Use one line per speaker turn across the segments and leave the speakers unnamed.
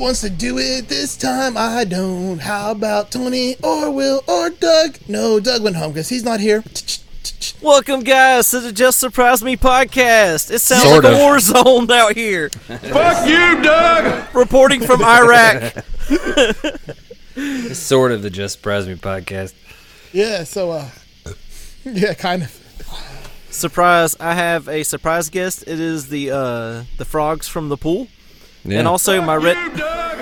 wants to do it this time? I don't. How about Tony or Will or Doug? No, Doug went home because he's not here.
Welcome, guys, to the Just Surprise Me podcast. It sounds
Sort
like
of.
a war zone out here.
Fuck you, Doug!
Reporting from Iraq.
Sort of the Just Surprise Me podcast.
Yeah, so, uh, yeah, kind of.
surprise! I have a surprise guest. It is the uh, the frogs from the pool,
Yeah.
and also my red
Doug!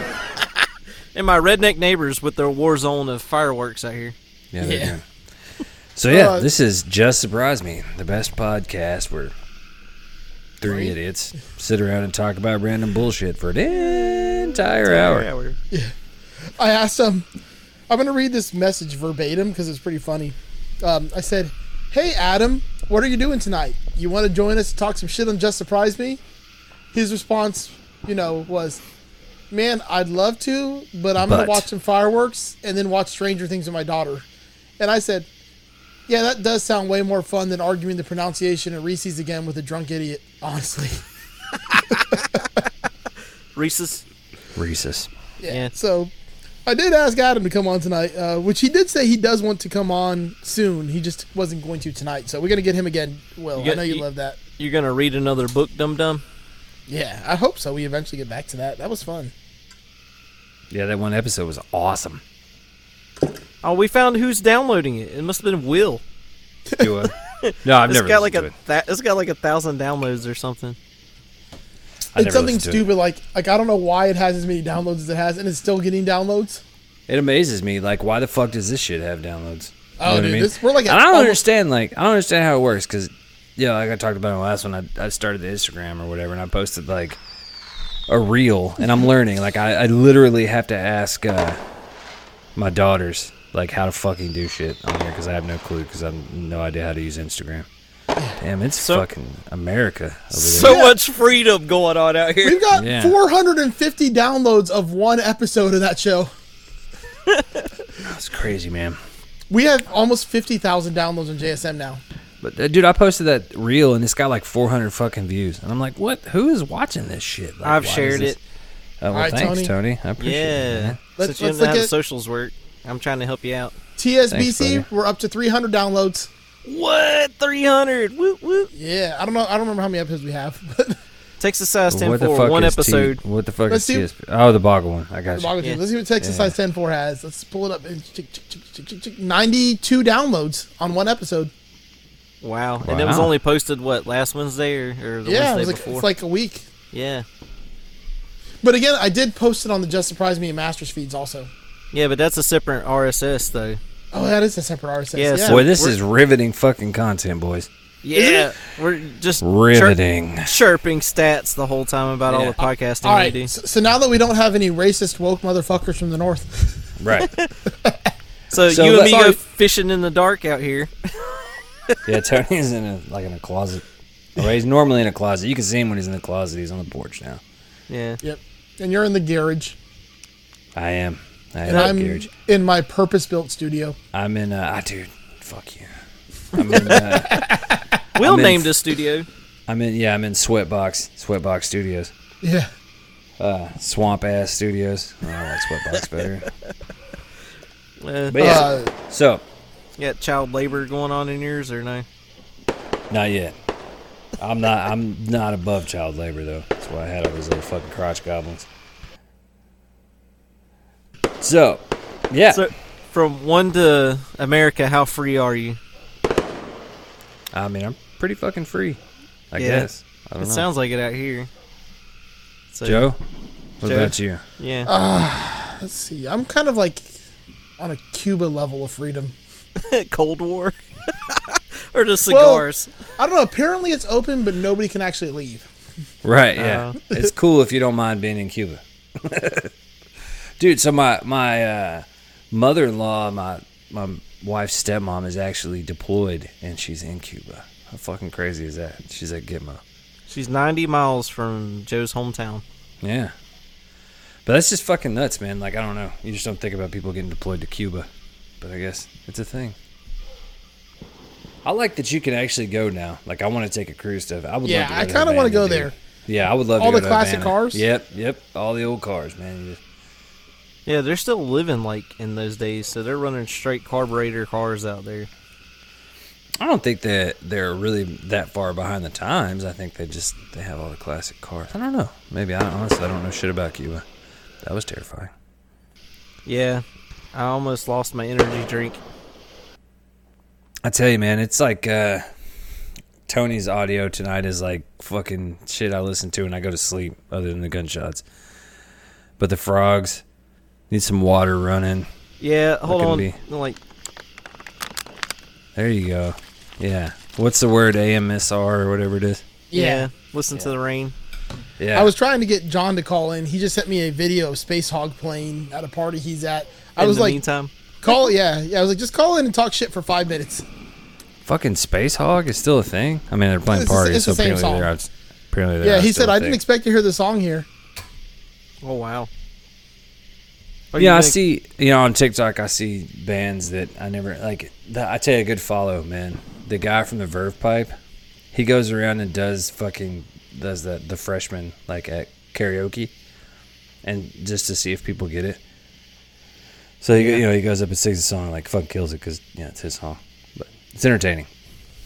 and my redneck neighbors with their war zone of fireworks out here.
Yeah.
Yeah.
yeah. So yeah,
Uh,
this is Just Surprise Me, the best podcast where three idiots sit around and talk about random bullshit for an entire hour.
Hour.
I asked him, I'm going to read this message verbatim because it's pretty funny. Um, I said, Hey, Adam, what are you doing tonight? You want to join us to talk some shit on Just Surprise Me? His response, you know, was, Man, I'd love to, but I'm going
But.
to watch some fireworks and then watch Stranger Things with my daughter. And I said, Yeah, that does sound way more fun than arguing the pronunciation of Reese's again with a drunk idiot, honestly.
Reese's.
Rhesus.
Yeah.
So I did ask Adam to come on tonight, uh, which he did say he does want to come on soon. He just wasn't going to tonight. So we're going to get him again. Will, I
get-
know you
you-
love that.
You're gonna read another book, dum dum.
Yeah, I hope so. We eventually get back to that. That was fun.
Yeah, that one episode was awesome.
Oh, we found who's downloading it. It must have been Will.
Do it. No, I've
It's
never
got like
listened
a
to it.
tha- it's got like a thousand downloads or something.
I never
it's something
listened to it.
stupid like like I don't know why it has as many downloads as it has, and it's still getting downloads.
It amazes me, like, why the fuck does this shit have downloads? You know
Oh,
what
dude,
I mean?
this- we're like
And
at
I don't
almost-
understand, like, I don't understand how it works because, yeah, like I talked about in the last one, I, I started the Instagram or whatever, and I posted like a reel, and I'm learning. Like, I, I literally have to ask uh, my daughters like how to fucking do shit on here because I have no clue because I have no idea how to use Instagram. Damn, it's
So-
fucking America over there.
So much freedom going on out here.
We've got
Yeah.
450 downloads of one episode of that show.
it's crazy, man.
We have almost 50,000 downloads on JSM now.
But uh, dude, I posted that reel and it's got like 400 fucking views, and I'm like, what? Who is watching this shit? Like,
I've
why is
shared
this-
it.
Oh, well,
All right,
thanks,
Tony.
Tony. I appreciate it.
Yeah.
man.
Let's-
Since you
let's
don't know
look
how the
at-
socials work, I'm trying to help you out.
TSBC,
buddy.
we're up to 300 downloads.
What? 300? Woot, woot.
Yeah, I don't know. I don't remember how many episodes we have, but
Texas size 10
What the
4,
fuck
one
is T-
episode.
what the fuck
Let's
is
do-
TSP? Oh, the boggle one. I got
The
you.
Boggle Team.
Yeah.
Let's see what Texas Size 10 4 has. Let's pull it up. It's chick, chick, chick, chick, chick, chick. 92 downloads on one episode.
Wow. And it was
Wow.
only posted, what, last Wednesday or, or the
yeah, it was
Wednesday
like,
before?
it's like a week.
yeah.
But again, I did post it on the Just Surprise Me and Masters feeds also.
Yeah, but that's a separate RSS, though.
Oh, that is a separate RSS.
Yeah,
Yeah,
so
Boy, this
We're-
is riveting fucking content, boys.
Yeah. We're just chir-
Riveting.
chirping stats the whole time about all
Yeah.
the podcasting
all
we do.
right. So, so now that we don't have any racist woke motherfuckers from the north,
Right.
So,
So
you and
let's-
me go
sorry.
fishing in the dark out here.
yeah, Tony's in a, like in a closet. Well, he's normally in a closet. You can see him when he's in the closet. He's on the porch now.
Yeah.
yep. And you're in the garage,
I am. I am
and
I'm,
I'm
in garage.
in my purpose-built studio.
I'm in. Uh, ah, dude, fuck you. I'm in. Uh,
Will
in-
named a studio.
I'm in. Yeah, I'm in Sweatbox. Sweatbox Studios.
Yeah,
Swamp ass Studios. Oh, I like Sweatbox better.
Uh,
But yeah.
Uh,
so
you got child labor going on in yours or no?
Not yet. I'm not. I'm not above child labor though. That's why I had all those little fucking crotch goblins. So, yeah,
So, from one to America, how free are you?
I mean, I'm pretty fucking free. I
Yeah.
guess. I don't
It
know.
sounds like it out here. So,
Joe. What
Joe?
about you?
Yeah.
let's see. I'm kind of like on a Cuba level of freedom.
Uh, Cold War. or just cigars.
I don't know. Apparently, it's open, but nobody can actually leave.
Right. Yeah.
Uh,
it's cool if you don't mind being in Cuba, dude. So my my uh, mother-in-law, my my wife's stepmom, is actually deployed, and she's in Cuba. How fucking crazy is that? She's at Gitmo.
She's 90 miles from Joe's hometown.
Yeah. But that's just fucking nuts, man. Like, I don't know. You just don't think about people getting deployed to Cuba. But I guess it's a thing. I like that you can actually go now. Like, I want to take a cruise to. I would
Yeah,
love to
I
go to
kind of want to
Havana,
go there.
dude. Yeah, I would love to
All
go
the
to
classic
Havana.
cars?
Yep, yep. All the old cars, man. You just-
Yeah, they're still living like in those days, so they're running straight carburetor cars out there.
I don't think that they're really that far behind the times. I think they just they have all the classic cars. I don't know. Maybe I honestly I don't know shit about Cuba. That was terrifying.
Yeah, I almost lost my energy drink.
I tell you, man, it's like uh, Tony's audio tonight is like fucking shit I listen to and I go to sleep, other than the gunshots. But the frogs need some water running.
Yeah, hold
can
on.
be.
Like,
There you go. Yeah. What's the word? AMSR or whatever it is.
yeah, listen to the rain.
Yeah.
I was trying to get John to call in. He just sent me a video of Space Hog playing at a party he's at. I
In
was
the
like,
meantime,
call, yeah, yeah. I was like, just call in and talk shit for five minutes.
fucking Space Hog is still a thing. I mean, they're playing
It's the-
parties,
it's
so
the same
apparently they're
song.
out. Apparently they're
Yeah,
out
he
still
said
a
I didn't
thing.
expect to hear the song here.
oh wow. Are you
Yeah, I
gonna-
see. You know, on TikTok, I see bands that I never like. The, I tell you, a good follow, man. The guy from the Verve Pipe, he goes around and does fucking does the the freshman like at karaoke, and just to see if people get it. So he, you know he goes up and sings a song and, like fucking kills it because yeah it's his song, but it's entertaining.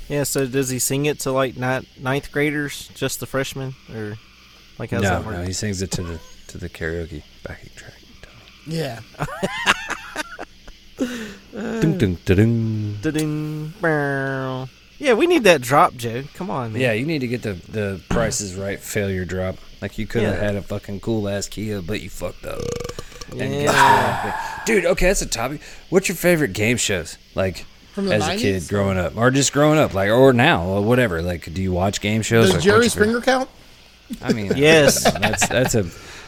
Yeah, so does he sing it to like ni- ninth graders, just the freshmen, or like how's
no,
that work?
no, he sings it to the to the karaoke backing track.
Yeah,
Dun, dun, dun, dun.
Da-ding, bow. Yeah, we need that drop, Joe. Come on, man.
Yeah, you need to get the the prices right failure drop. Like you could have
Yeah.
had a fucking cool ass Kia, but you fucked up. And
Yeah.
guess what? Dude, okay, that's a topic. What's your favorite game shows? Like
From the
as a
90s?
kid growing up, or just growing up, like or now, or whatever. Like, do you watch game shows?
does
Like,
Jerry
what's your favorite-
Springer count?
I mean,
Yes.
that's that's a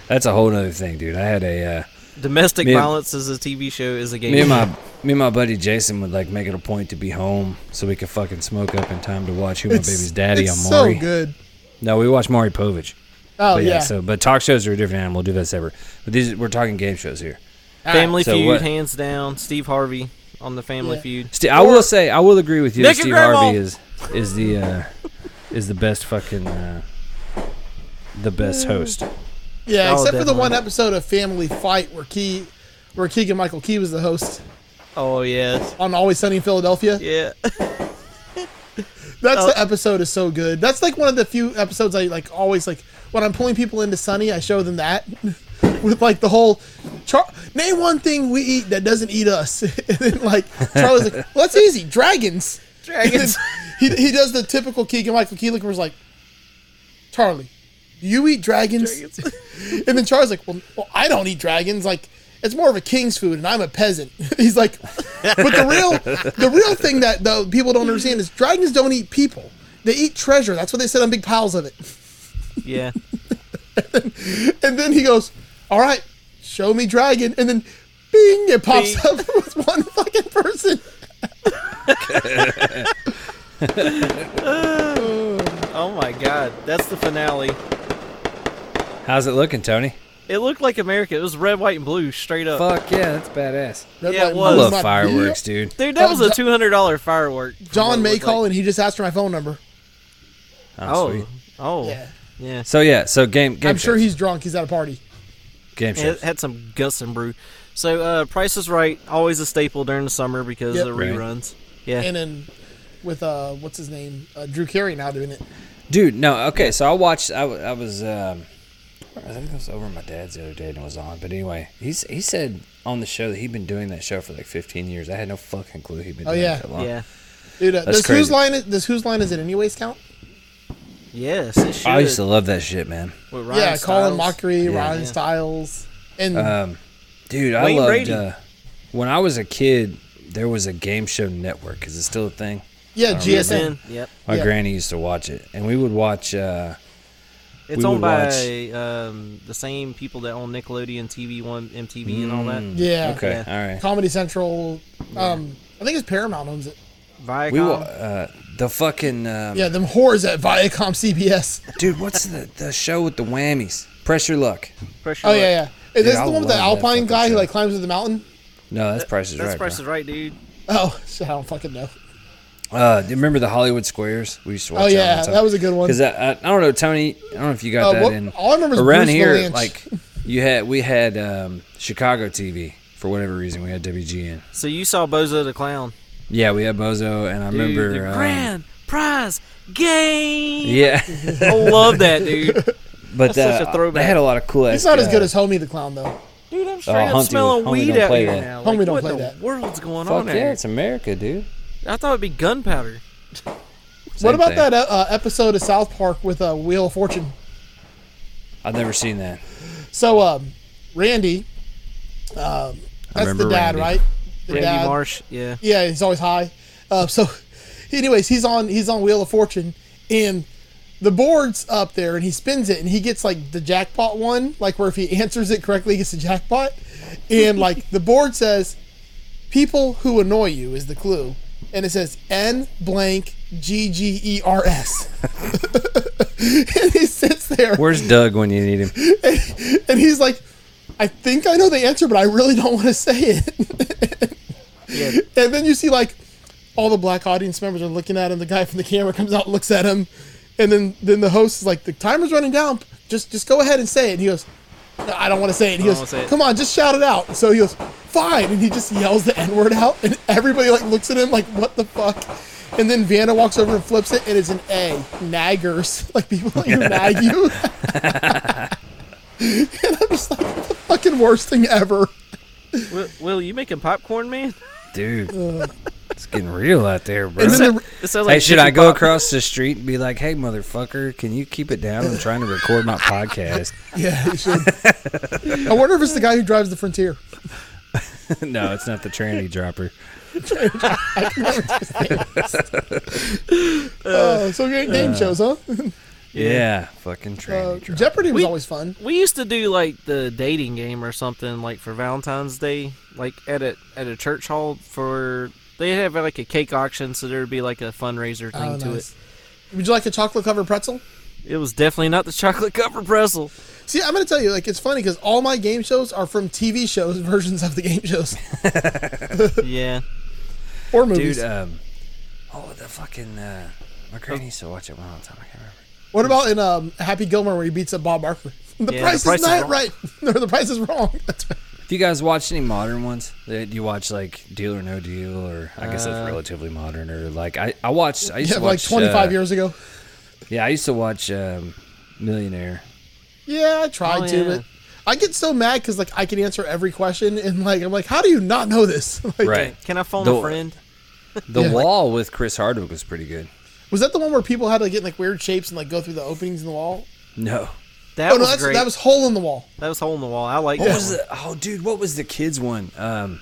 that's a whole nother thing, dude. I had a. Uh,
Domestic
Me and-
violence is a TV show, is a game.
me and my me and my buddy Jason would like make it a point to be home so we could fucking smoke up in time to watch Who My Baby's Daddy
it's
on
so
Maury.
good.
No, we watch Maury Povich.
Oh
But
yeah,
yeah, so but talk shows are a different animal. We'll do that separate. But these we're talking game shows here.
Family
So
Feud,
what-
hands down. Steve Harvey on the Family
Yeah.
Feud.
Ste I will say I will agree with you. that
Nick and
Steve
Grandma!
Harvey is is the uh, is the best fucking uh, the best host.
yeah.
Oh,
Except for the
definitely.
one episode of Family Fight where Key, where Keegan Michael Key was the host
Oh yes,
on Always Sunny in Philadelphia.
yeah.
That's
Oh.
the episode is so good. That's like one of the few episodes I like always like when I'm pulling people into Sunny, I show them that with like the whole Char- name one thing we eat that doesn't eat us. and then like Charlie's like, well, that's easy, dragons.
Dragons.
And then he, he does the typical Keegan Michael Key look where he's like, Charlie, do you eat dragons? and then Charlie's like, well, well, I don't eat dragons. Like, it's more of a king's food, and I'm a peasant. He's like, but the real, the real thing that though people don't understand is dragons don't eat people. They eat treasure. That's what they said on big piles of it.
yeah.
And then he goes, all right, show me dragon. And then, bing, it pops
Bing.
up with one fucking person.
Oh my God, that's the finale.
How's it looking, Tony?
It looked like America. It was red, white, and blue straight up.
Fuck yeah, that's badass.
Red
Yeah, it
light,
was.
I
blue
love
light.
fireworks, dude.
Dude, that
Oh,
was a
Jo-
two hundred dollar firework. from what
John
it
May
looked like.
called, and he just asked for my phone number.
Oh,
Oh,
sweet.
oh,
Yeah.
yeah.
So yeah, so game game
I'm sure
shows.
he's drunk. He's at a party.
game
It
shows.
had some Gus and Brew. So, uh, Price is Right, always a staple during the summer because
Yep.
of the
Right.
reruns. Yeah.
And then with, uh, what's his name? Uh, Drew Carey now doing it.
Dude, no, okay. So I watched. I, w- I was. Um, I think I was over at my dad's the other day and it was on. But anyway, he's he said on the show that he'd been doing that show for like 15 years. I had no fucking clue he'd been
Oh,
doing
yeah.
it that long.
yeah.
Dude, uh,
That's
does whose
crazy.
line? Is, does whose line is it anyways count?
Yes, it should.
I used to love that shit, man.
With Ryan
yeah, Colin
Stiles.
Mockery,
Yeah.
Ryan
Yeah.
Stiles, and
Um, dude, I
Wayne
loved.
Brady.
Uh, when I was a kid, there was a game show network. Is it still a thing?
yeah,
Then,
GSN.
yep.
My
Yeah.
granny used to watch it, and we would watch. Uh,
It's
We
owned
would
by um, the same people that own Nickelodeon, TV One, MTV, and all
Mm.
that.
Yeah,
okay,
Yeah.
all right.
Comedy Central. Um, I think it's Paramount owns it.
Viacom.
We wa- uh, the fucking um,
Yeah, them whores at Viacom CBS.
dude. What's the the show with the whammies? Pressure Luck.
Pressure
Oh
Luck.
yeah, yeah. Is this
I
the one with the
love that
Alpine
fucking
guy who
show.
like climbs up the mountain?
No, that's Price is
That's
Right. bro.
Price is Right, dude.
Oh, shit, I don't fucking know.
Uh, do you remember the Hollywood Squares? We used to watch.
Oh, yeah, that was a good one.
Because I, uh, I, I don't know, Tony. I don't know if you got
Uh,
that
what-
in.
all I remember is
around
Bruce
here,
Valanche.
like you had, we had um, Chicago TV for whatever reason. We had WGN.
So you saw Bozo the Clown.
Yeah, we had Bozo, and I
Dude, the
remember. um,
grand prize game.
yeah,
I love that, dude.
but
That's such
uh,
a throwback.
they had a lot of cool.
It's not as good as Homie the Clown though.
Dude, I'm straight up
Oh, Humpty-
smelling
Humpty
weed
don't
out
play
here
that.
now.
Humpty
Like,
don't
what
play
the
that.
world's going
Fuck
on
yeah,
out here?
it's America, dude.
I thought it'd be gunpowder.
what
Same
about
thing.
that uh, uh, episode of South Park with uh, Wheel of Fortune? uh,
I've never seen that.
So, um, Randy, um, that's the
remember
dad,
Randy.
right? The
Randy
dad.
Marsh, yeah.
Yeah, he's always high. Uh, so, anyways, he's on he's on Wheel of Fortune, and the board's up there, and he spins it, and he gets like the jackpot one, like where if he answers it correctly, he gets the jackpot, and like the board says, "People who annoy you" is the clue, and it says N blank G G E R S, and he sits there,
Where's Doug when you need him?
and he's like, "I think I know the answer, but I really don't want to say it."
Yeah,
And then you see like all the black audience members are looking at him. The guy from the camera comes out, and looks at him, and then then the host is like, "The timer's running down. Just just go ahead and say it." And he goes, "No, I don't want to say it." And he
I don't
goes,
wanna say it.
"Come on, just shout it out." So he goes, "Fine," and he just yells the N word out, and everybody like looks at him like, "What the fuck?" And then Vanna walks over and flips it, and it's an A. Naggers, like people like who nag you. and I'm just like, the fucking worst thing ever.
Will, Will you making popcorn, man?
Dude, it's getting real out there, bro.
Uh. And then the,
It sounds
Hey,
like
should I
Jiffy
go
Pop.
across the street and be like, "Hey, motherfucker, can you keep it down? I'm trying to record my podcast."
Yeah, you should. I wonder if it's the guy who drives the frontier.
no, it's not the tranny dropper.
Uh, so great game shows, huh?
Yeah, fucking tranny
Uh,
dropper.
Jeopardy was
We-
always fun.
We used to do like the dating game or something like for Valentine's Day, like at a at a church hall for they have like a cake auction, so there'd be like a fundraiser thing
Oh,
to
nice. Would you like a chocolate covered pretzel?
it. It was definitely not the chocolate covered pretzel.
See, I'm gonna tell you, like it's funny because all my game shows are from TV shows versions of the game shows
yeah,
or movies.
Dude, um, oh the fucking uh, my granny used to watch it one all the time. I can't remember.
what about in um, Happy Gilmore where he beats up Bob Barker? The,
Yeah,
price,
the price
is
is
not
wrong.
right. No, the price is wrong. That's right.
If you guys watch any modern ones, that you watch like Deal or No Deal, or I guess that's relatively modern, or like I, I watched I used
Yeah,
to
like
watch
25
uh,
years ago.
Yeah, I used to watch um, Millionaire.
Yeah, I tried
Oh,
to,
yeah.
but I get so mad because like I can answer every question and like I'm like, how do you not know this? Like,
Right.
Can I phone
The-
a friend?
The
Yeah.
Wall with Chris Hardwick was pretty good.
Was that the one where people had to get in, like weird shapes and like go through the openings in the wall?
No.
That
Oh no,
was
that's,
great.
that was hole in the wall.
that was hole in the wall. I like
What
that.
was
one.
the, oh dude, what was the kids one? Um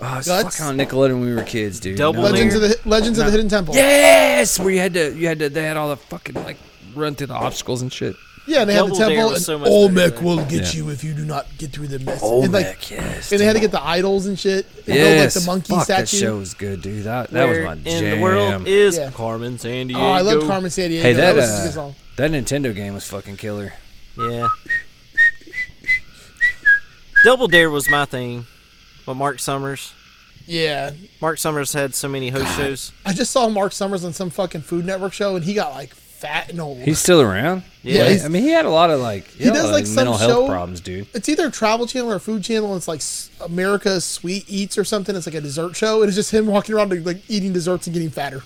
oh, it's
Guts?
fucking on Nickelodeon when we were kids, dude.
Double
No.
Legends of the Legends of the Hidden Temple.
Yes, where you had to you had to they had all the fucking like run through the obstacles and shit.
Yeah, and they had the
Double Dare
temple.
was
And
so much better
Olmec
than-
will get
Yeah.
you if you do not get through the mess.
Oh
and, like,
yes.
and they had to get the idols and shit. And build,
yes.
like the monkey
Fuck,
statue.
That show was good, dude. That, that was
Where
my
in
jam.
the world is
Yeah.
Carmen San Diego.
Oh, I love Carmen San Diego.
hey, that
was such a good
uh,
song.
that Nintendo game was fucking killer.
Yeah. Double Dare was my thing, but Mark Summers.
Yeah,
Mark Summers had so many host shows.
I just saw Mark Summers on some fucking Food Network show, and he got like fat and old.
He's still around.
Yeah, he's-
I mean he had a lot of like he, had a
does,
lot
like,
of
some
mental
show-
health problems, dude.
it's either Travel Channel or Food Channel. And it's like S- America's Sweet Eats or something. It's like a dessert show. and It's just him walking around like eating desserts and getting fatter.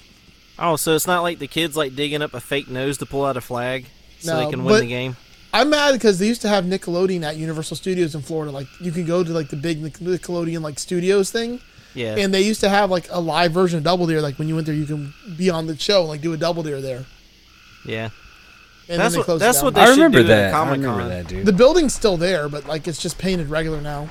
Oh, so it's not like the kids like digging up a fake nose to pull out a flag so
No,
they can win
but-
the game.
I'm mad because they used to have Nickelodeon at Universal Studios in Florida. Like you could go to like the big Nic- Nickelodeon like studios thing,
Yeah.
and they used to have like a live version of Double Dare. Like when you went there, you can be on the show and like do a Double Dare there.
yeah.
And then
That's
they
what-
closed it
that's
down.
what They
I
should
remember
do it at
that. I remember
Comic-Con.
that, dude.
the building's still there, but like it's just painted regular now.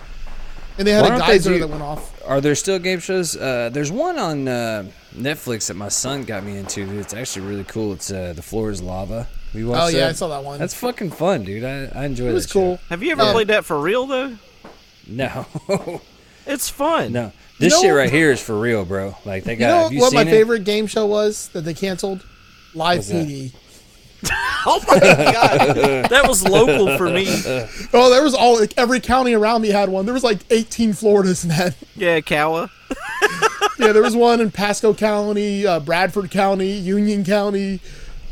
And they had
Why
a
don't they
geyser
do-
that went off.
Are there still game shows? Uh, there's one on uh, Netflix that my son got me into. dude. It's actually really cool. It's uh, The Floor is Lava. We watched
Oh yeah,
that.
I saw that one.
That's fucking fun, dude. I, I enjoy
it was
that
cool.
show.
Have you ever
Yeah.
played that for real though?
No.
It's fun.
no. This
know-
shit right here is for real, bro. Like, they
You
got.
know
have you
what
seen
my
it?
favorite game show was that they canceled? Live
that?
PD.
Oh my god. That was local for me.
Oh, there was all like every county around me had one. There was like 18 Floridas in that.
Yeah, Kawa.
yeah, there was one in Pasco County, uh, Bradford County, Union County,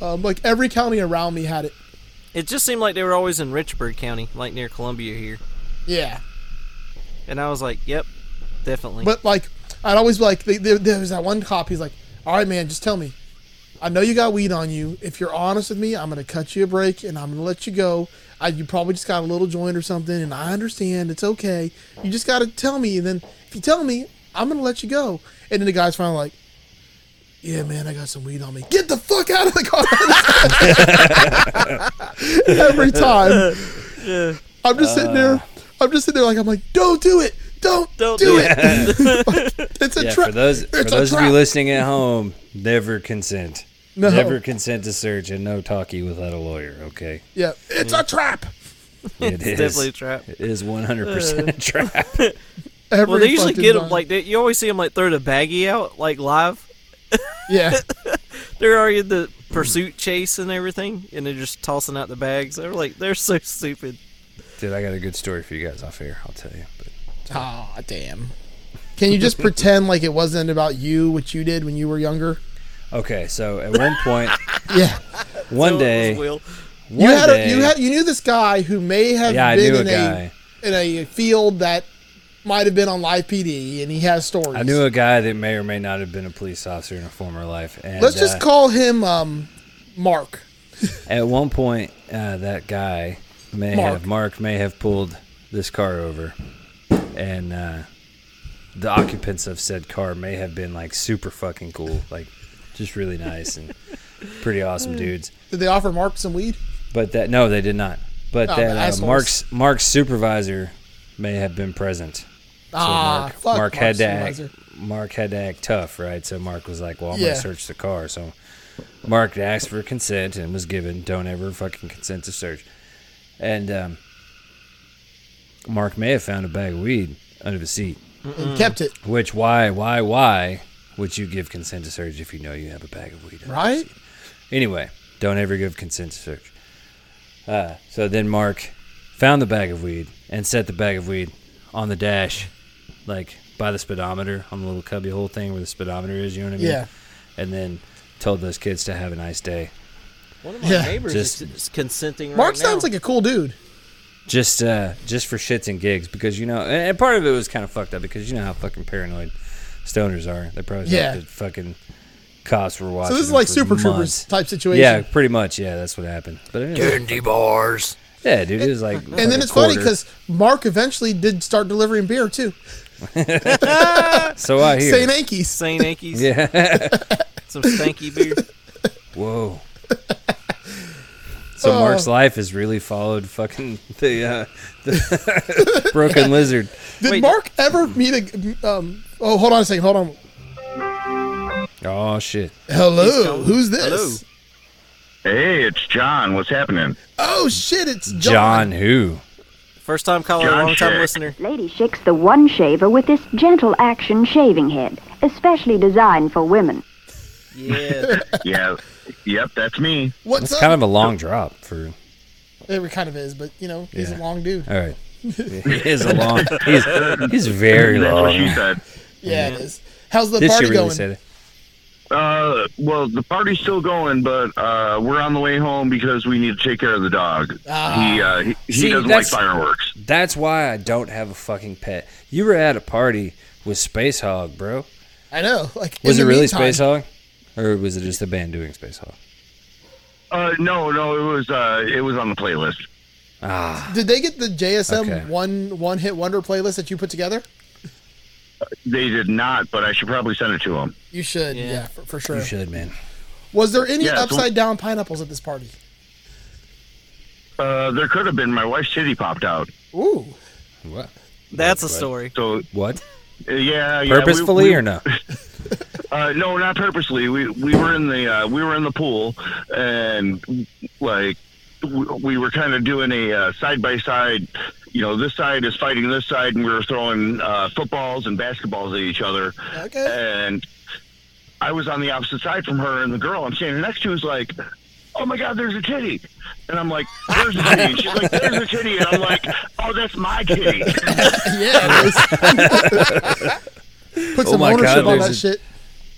um, like every county around me had it.
It just seemed like they were always in Richburg County, like near Columbia here.
Yeah,
And I was like, yep, definitely.
but like I'd always be like, they, there there was that one cop. He's like, "All right, man, just tell me. I know you got weed on you. If you're honest with me, I'm gonna cut you a break and I'm gonna let you go. I, you probably just got a little joint or something, and I understand. It's okay. You just gotta tell me, and then if you tell me, I'm gonna let you go." And then the guy's finally like. Yeah, man, I got some weed on me. Get the fuck out of the car! Every time, I'm just sitting there. I'm just sitting there, like I'm like, don't do it, don't,
Don't
do,
do
it. it's a
Yeah,
trap.
for those for
It's a
those of you
trap.
listening at home, never consent.
No.
Never consent to search and no talkie without a lawyer. Okay,
Yeah, it's
Mm.
a trap.
it
it's
is-
definitely a trap.
It is one hundred percent a trap.
Every
Well, they usually
fucking
get them
time.
like they, you always see them like throw the baggie out like live.
yeah,
They're already in the pursuit chase and everything, and they're just tossing out the bags. They're like they're so stupid.
Dude, I got a good story for you guys off air. I'll tell you. But
ah, damn. Can you just pretend like it wasn't about you, what you did when you were younger?
okay, so at one point,
Yeah,
one
It
day,
was Will.
you
one
had
day,
a, you had you knew this guy who may have
yeah, I
been
knew a
in
guy.
in a field that might have been on live PD, and he has stories.
I knew a guy that may or may not have been a police officer in a former life. And,
Let's
uh,
just call him um, Mark.
At one point, uh, that guy may
Mark.
have Mark may have pulled this car over, and uh, the occupants of said car may have been like super fucking cool, like just really nice and pretty awesome dudes.
Did they offer Mark some weed?
But that no, they did not. But
Oh, the
that uh,
assholes.
Mark's Mark's supervisor may have been present. So
ah,
Mark,
fuck.
Mark had
Mark's supervisor.
to act. Mark had to act tough, right? So Mark was like, "Well, I'm
Yeah.
gonna search the car." So Mark asked for consent and was given. Don't ever fucking consent to search. And um, Mark may have found a bag of weed under the seat.
and kept it.
Which why why why would you give consent to search if you know you have a bag of weed? under the
Right?
seat? Anyway, don't ever give consent to search. Uh, so then Mark found the bag of weed and set the bag of weed on the dash, like by the speedometer on the little cubby hole thing where the speedometer is. You know what I mean?
Yeah.
And then told those kids to have a nice day.
One of my
Yeah.
neighbors
Just-
is consenting.
Mark
right
sounds
now.
like a cool dude.
Just uh, just for shits and gigs because you know, and and part of it was kind of fucked up because you know how fucking paranoid stoners are. They probably
Yeah.
thought that fucking cops were watching.
So this is
them
like
for
Super Troopers
months.
type situation.
Yeah, pretty much. Yeah, that's what happened. But anyway, candy bars. Yeah, dude, it was like.
And then it's funny because Mark eventually did start delivering beer too.
so I hear.
St. Yankees.
Saint Yankees.
yeah.
Some stanky beer.
Whoa.
Oh.
So Mark's life has really followed fucking the, uh, the broken lizard.
Did
Wait.
Mark ever meet a? Um, oh, hold on a second. Hold on.
Oh shit!
Hello, who's this?
Hello.
Hey, it's John. What's happening?
Oh shit, it's John.
John who?
First time caller,
John
long time
Schick.
listener.
Lady shakes the one shaver with this gentle action shaving head, especially designed for women.
Yeah.
Yeah. yep, that's me.
What's
That's
up?
kind of a long drop for.
it kind of is, but you know, he's
Yeah.
a long dude.
All right. He is a long. He's he's very
That's what she
long.
said.
Yeah, it is. How's the
Did she
party
really
going?
say that?
Uh, well, the party's still going, but uh, we're on the way home because we need to take care of the dog. he uh, he, he
Ah. See,
doesn't like
that's-
fireworks.
That's why I don't have a fucking pet. You were at a party with Space Hog, bro.
I know. Like,
Was it
in the
really
meantime-
Space Hog? Or was it just the band doing Space Hog?
Uh, no, no, it was uh, it was on the playlist.
Ah.
Did they get the JSM
Okay.
one one hit wonder playlist that you put together?
They did not, but I should probably send it to him.
You should, yeah,
Yeah.
for, for sure.
You should, man.
Was there any
Yeah, it's one-
upside down pineapples at this party?
Uh, there could have been. My wife's titty popped out.
Ooh,
What?
That's a story.
So
What?
uh, yeah, yeah, we-
Purposefully
we-
or no?
Uh, no, not purposely. We we were in the uh, we were in the pool, and like we, we were kind of doing a uh, side by side. You know, this side is fighting this side, and we were throwing uh, footballs and basketballs at each other.
okay.
And I was on the opposite side from her, and the girl I'm standing next to is like, "Oh my God, there's a titty!" And I'm like, "There's a titty." And she's like, "There's a titty," and I'm like, "Oh, that's my titty."
yeah, it is. Put
Oh
some
my God,
ownership on
there's
that
a-
shit.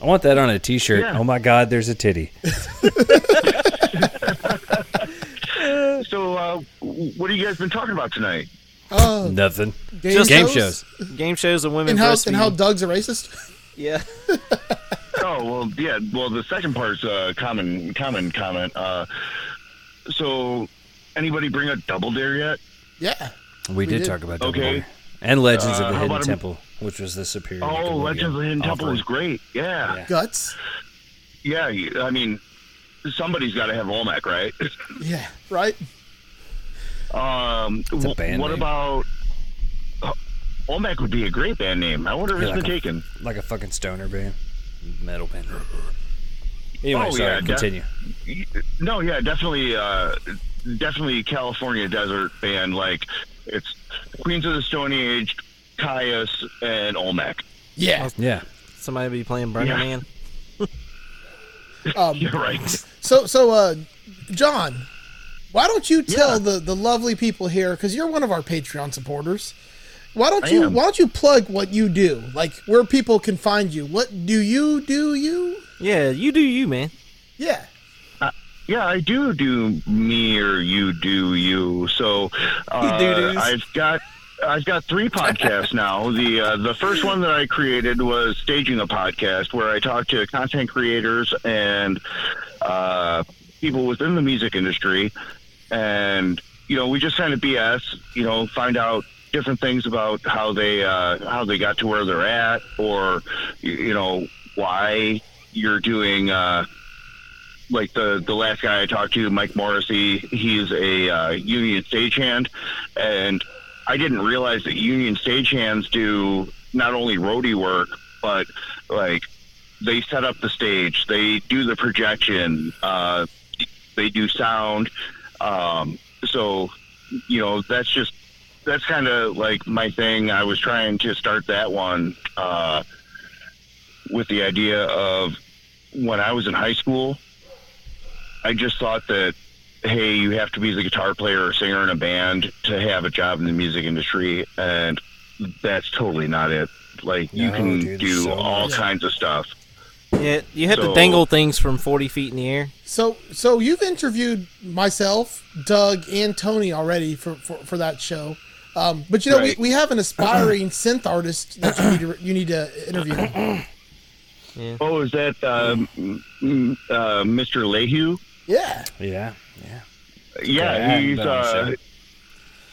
I want that on a T-shirt.
Yeah.
Oh my God, there's a titty.
So, uh, what have you guys been talking about tonight?
Uh,
Nothing.
game,
Just
Game shows.
Game shows and women
And how, and how
breastfeeding.
Doug's a racist?
yeah.
Oh well, yeah. Well, the second part's a common common comment. Uh, so, anybody bring up double dare yet?
Yeah.
We,
We
did,
did.
talk about that.
Okay.
before. And Legends
Uh,
of the
how
Hidden
about a-
Temple, which was the superior.
Oh,
Nickelodeon
Legends of the Hidden Temple
offering.
was great. Yeah,
Guts?
yeah. you- I mean, somebody's got to have Olmec, right?
Yeah. Right?
Um,
a
wh-
band
what
name.
about uh, Olmec? Would be a great band name. I wonder if
Yeah,
it's
like
been
a-
taken.
like a fucking stoner band, metal band. Anyway,
Oh,
sorry.
yeah, def-
continue.
No, yeah, definitely, uh, definitely California desert band. Like it's Queens of the Stone Age, Caius, and Olmec.
Yeah.
Yeah.
Somebody be playing Burning
Yeah.
Man.
Um,
You're right.
So, so, uh, John, why don't you tell the, the lovely people here because you're one of our Patreon supporters? Why don't
I
you
am.
Why don't you plug what you do? Like where people can find you. What do you do? You?
Yeah, you do you, man.
Yeah.
Yeah, I do do me or you do you. So uh,
doo-doos.
I've got I've got three podcasts now. The uh, the first one that I created was staging a podcast where I talk to content creators and uh, people within the music industry, and you know we just kind of BS. You know, find out different things about how they uh, how they got to where they're at, or you, you know why you're doing. Uh, like the the last guy I talked to, Mike Morrissey, he's a uh, union stagehand, and I didn't realize that union stagehands do not only roadie work, but like they set up the stage, they do the projection, uh, they do sound. Um, so, you know, that's just that's kind of like my thing. I was trying to start that one uh, with the idea of when I was in high school. I just thought that hey, you have to be the guitar player or singer in a band to have a job in the music industry, and that's totally not it. Like you
No,
can
dude,
do
so
all
much.
kinds of stuff.
Yeah, you have
So-
to dangle things from forty feet in the air.
So, so you've interviewed myself, Doug, and Tony already for for, for that show. Um, but you know,
Right.
we, we have an aspiring synth artist that you need to, you need to interview.
Oh, is that um, mm, uh, Mr. Lehue?
Yeah.
Yeah. Yeah. Yeah,
Yeah, he's
but I'm
uh,
sure.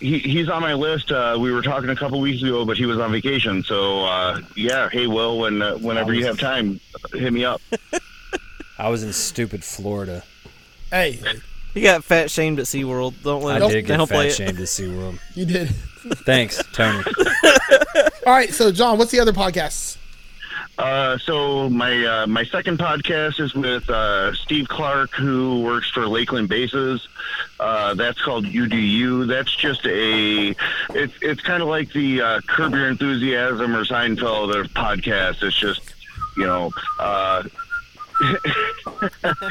he, he's on my list. Uh, we were talking a couple weeks ago, but he was on vacation. So uh, yeah, hey, Will, when uh, whenever you have time, hit me up.
I was in stupid Florida.
Hey,
You got fat shamed at SeaWorld. Don't let
I
don't,
did get
don't play
fat
it.
shamed at SeaWorld.
you did.
Thanks, Tony.
All right. So, John, what's the other podcasts?
Uh, so my uh, my second podcast is with uh, Steve Clark, who works for Lakeland Bases. Uh, that's called UDU. That's just a it's it's kind of like the uh, Curb Your Enthusiasm or Seinfeld of podcast. It's just you know uh,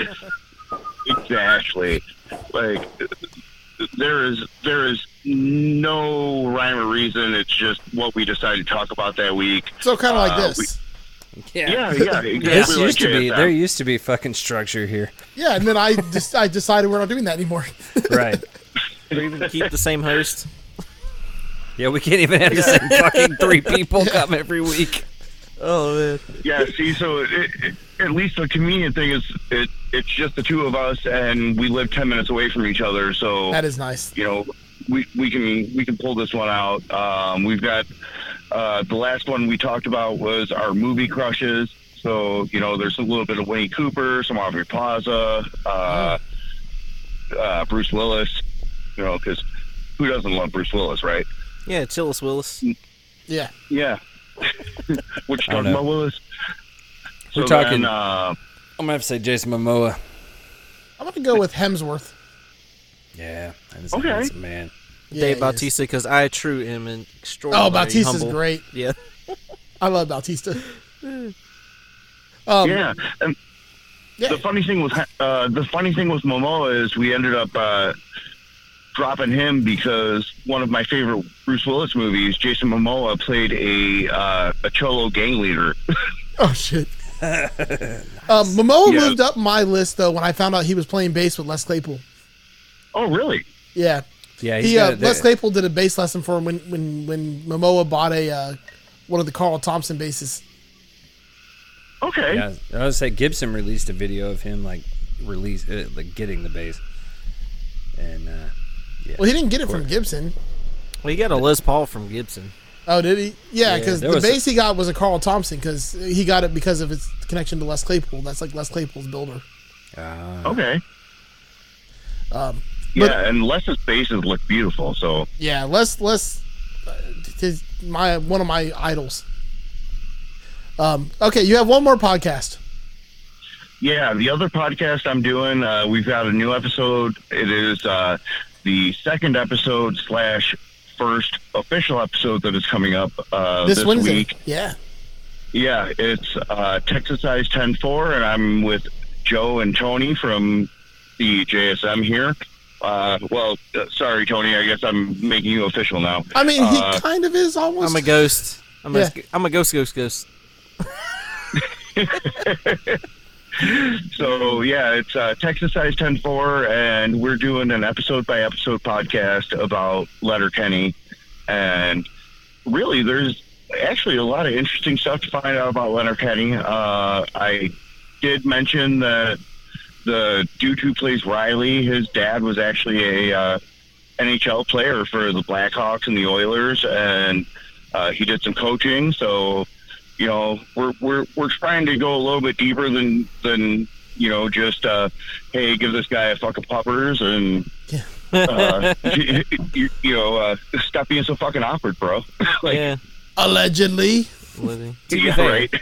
exactly like there is there is no rhyme or reason. It's just what we decided to talk about that week.
So, kind of like
Uh,
this.
we- Yeah, yeah, exactly.
This
like Uh,
used to be
JSM.
there used to be fucking structure here.
Yeah, and then I just I decided we're not doing that anymore.
Right.
Keep the same host.
Yeah, we can't even have the same fucking three people come every week.
Oh man.
yeah. See, so it, it, at least the convenient thing is it, it's just the two of us, and we live ten minutes away from each other. So
That is nice.
you know, we, we can we can pull this one out. Um, we've got uh, the last one we talked about was our movie crushes. So you know, there's a little bit of Winnie Cooper, some Aubrey Plaza, uh,
Mm.
uh, Bruce Willis. You know, because who doesn't love Bruce Willis, right?
Yeah, Chillis Willis.
Yeah.
Yeah. what
I
you
don't
talking
know.
about, Willis?
We're
So
talking-
Then, uh,
I'm gonna have to say Jason Momoa.
I'm gonna go with Hemsworth.
Yeah, that is
Okay.
a handsome man.
Yeah,
Dave
he is.
Bautista, because I true am an extraordinary.
Oh, Bautista's
humble-
great.
Yeah.
I love Bautista. Um,
yeah. And
yeah.
the funny thing was, uh, the funny thing with Momoa is we ended up uh, dropping him because one of my favorite Bruce Willis movies, Jason Momoa played a uh, a cholo gang leader.
Oh shit. um, Momoa
Yeah.
moved up my list though when I found out he was playing bass with Les Claypool.
oh, really?
Yeah,
Yeah, he's
he uh,
got a-
Les Claypool did a bass lesson for him when when when Momoa bought a uh, one of the Carl Thompson basses.
Okay.
Yeah, I was gonna say Gibson released a video of him like release uh, like getting the bass, and uh,
Well, he didn't get it from Gibson.
Well, you got a Les Paul from Gibson.
Oh, did he? Yeah,
Yeah,
because
there
the
was a-
bass he got was a Carl Thompson because he got it because of its connection to Les Claypool. That's like Les Claypool's builder.
uh,
Okay.
Um,
yeah,
but-
and Les's faces look beautiful. So
Yeah, Les Les, uh, his, my one of my idols. Um, okay, you have one more podcast.
Yeah, the other podcast I'm doing, uh, we've got a new episode. It is uh, the second episode slash first official episode that is coming up uh,
this,
this,
Wednesday.
week.
Yeah.
Yeah, it's uh, Texas Size 10 4, and I'm with Joe and Tony from the JSM here. Uh, well, uh, sorry, Tony. I guess I'm making you official now.
I mean, he
Uh,
kind of is almost.
I'm a ghost. I'm,
Yeah.
a, I'm a ghost, ghost, ghost.
So yeah, it's uh, Texas Size Ten Four, and we're doing an episode by episode podcast about Letterkenny, and really, there's actually a lot of interesting stuff to find out about Letterkenny. Uh, I did mention that the dude who plays Riley, his dad was actually a uh, NHL player for the Blackhawks and the Oilers, and uh, he did some coaching. So you know, we're we're we're trying to go a little bit deeper than than you know just uh, hey, give this guy a fucking poppers and.
Yeah.
uh, you, you know, uh, stop being so fucking awkward, bro. like,
yeah,
allegedly.
Livy.
yeah,
fair.
right.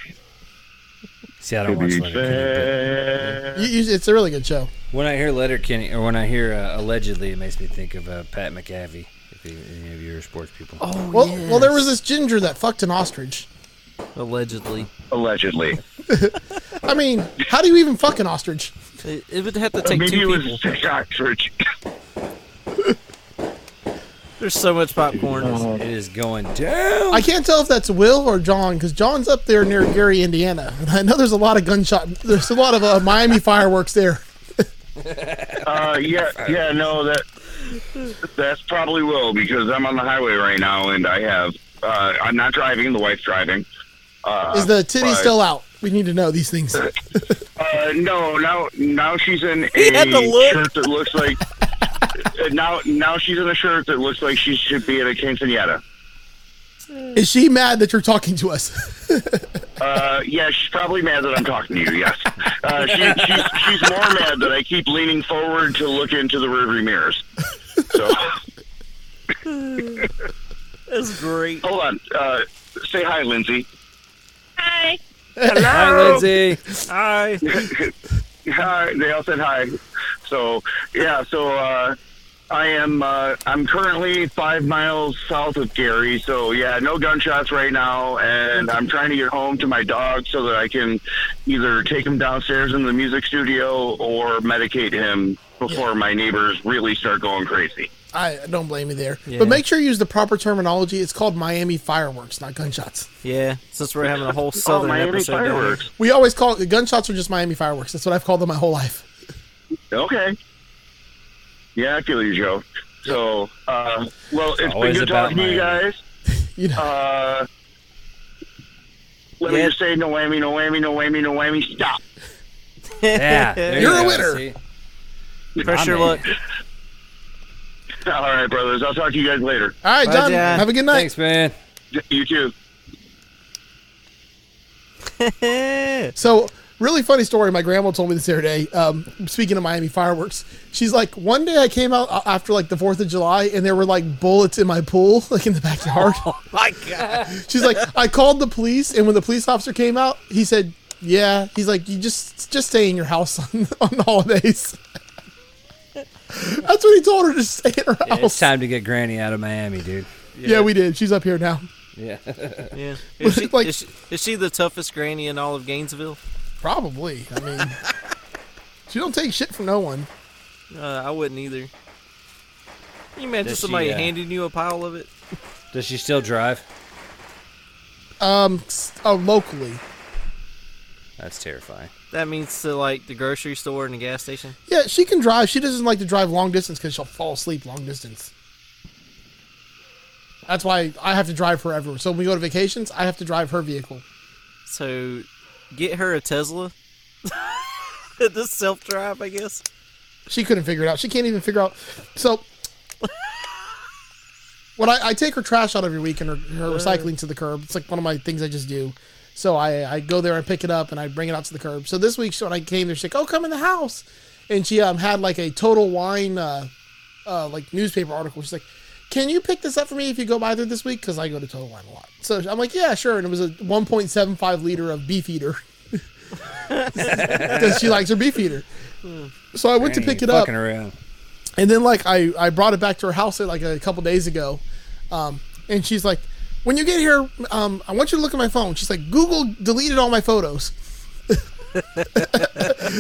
see, I don't watch
Be
Letterkenny.
fair.
You, you, it's a really good show.
But when I hear Letterkenny, or when I hear uh, allegedly, it makes me think of uh, Pat McAfee. If you, any of you are sports people, oh,
Well, well, there was this ginger that fucked an ostrich.
Allegedly,
Allegedly.
I mean, how do you even fuck an ostrich?
it, it would have to take
Maybe it
two
was
people.
a ostrich.
There's so much popcorn.
Oh.
it is going down.
I can't tell if that's Will or John because John's up there near Gary, Indiana. And I know there's a lot of gunshot. There's a lot of uh, Miami fireworks there.
Uh, yeah, yeah, no, that that's probably will because I'm on the highway right now and I have uh, I'm not driving. The wife's driving. Uh,
Is the titty
but-
still out? We need to know these things.
Uh, no, now now she's in a
had to look.
shirt that looks like. uh, now now she's in a shirt that looks like she should be at a quinceanera.
Is she mad that you're talking to us?
Uh, yeah, she's probably mad that I'm talking to you. Yes, uh, she, she's she's more mad that I keep leaning forward to look into the rearview mirrors. So
That's great.
hold on. Uh, say hi, Lindsay.
Hi.
Hi, Lindsay.
Hi.
hi. They all said hi. So yeah, so uh, I am uh, I'm currently five miles south of Gary. So yeah, no gunshots right now, and I'm trying to get home to my dog so that I can either take him downstairs in the music studio or medicate him before my neighbors really start going crazy.
I don't blame you there.
Yeah.
But make sure you use the proper terminology. It's called Miami fireworks, not gunshots.
Yeah, since we're having a whole
Oh,
southern
Miami
episode. down here.
fireworks.
We always call it, gunshots are just Miami fireworks. That's what I've called them my whole life.
Okay. Yeah, I feel you, Joe. So, uh, well, it's been
always
good
about
talking to you
Miami.
guys.
You know,
Uh, let me
Yeah.
just say no whammy, no whammy, no whammy, no whammy. Stop.
Yeah, there
You're
you
a
go,
winner.
see?
Pressure
My man.
luck.
All right, brothers. I'll talk to you guys later.
all right,
Bye,
John.
John.
Have a good night.
Thanks, man.
You too.
So, really funny story. My grandma told me this the other day. Um, speaking of Miami fireworks, she's like, one day I came out a- after like the Fourth of July, and there were like bullets in my pool, like in the backyard.
My God.
she's like, I called the police, and when the police officer came out, he said, "Yeah." He's like, "You just just stay in your house on, on the holidays." That's what he told her to stay in her
Yeah, it's
house. Yeah,
time to get Granny out of Miami, dude.
we did. She's up here now.
Yeah.
Yeah. Is she,
Like-
is, she, is she the toughest granny in all of Gainesville?
Probably. I mean, she don't take shit from no one.
Uh, I wouldn't either. Can you imagine
Does she,
somebody
uh,
handing you a pile of it?
Does she still drive?
Um, s- oh, locally.
That's terrifying.
That means to like the grocery store and the gas station.
Yeah, she can drive. She doesn't like to drive long distance because she'll fall asleep long distance. That's why I have to drive her everywhere. So when we go to vacations, I have to drive her vehicle.
So, get her a Tesla. this self drive, I guess.
She couldn't figure it out. She can't even figure out. So when I, I take her trash out every week and her, her recycling to the curb, it's like one of my things I just do. So I, I go there and pick it up and I bring it out to the curb. So this week she- when I came there, she's like, "Oh, come in the house," and she um, had like a Total Wine uh, uh, like newspaper article. She's like, "Can you pick this up for me if you go by there this week?" Because I go to Total Wine a lot. So I'm like, "Yeah, sure." And it was a 1.75 liter of beef eater because she likes her beef eater. So I went to
Ain't
pick it up.
fucking around.
And then like I, I brought it back to her house like a couple days ago, um, and she's like, "When you get here, um, I want you to look at my phone." She's like, "Google deleted all my photos."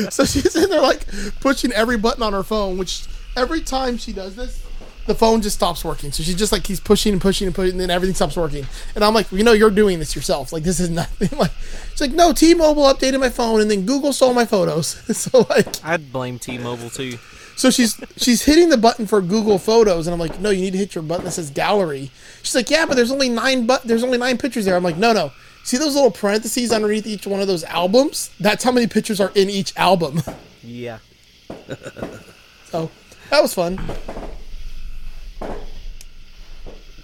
so she's in there like pushing every button on her phone, which every time she does this, the phone just stops working. So she just like keeps pushing and pushing and pushing, and then everything stops working. And I'm like, you know, you're doing this yourself. Like this is nothing. Like she's like, no, T-Mobile updated my phone, and then Google stole my photos. so like.
I'd blame T-Mobile too.
So she's she's hitting the button for Google Photos, and I'm like, no, you need to hit your button that says Gallery. She's like, yeah, but there's only nine but there's only nine pictures there. I'm like, no, no. See those little parentheses underneath each one of those albums? That's how many pictures are in each album.
Yeah.
So that was fun.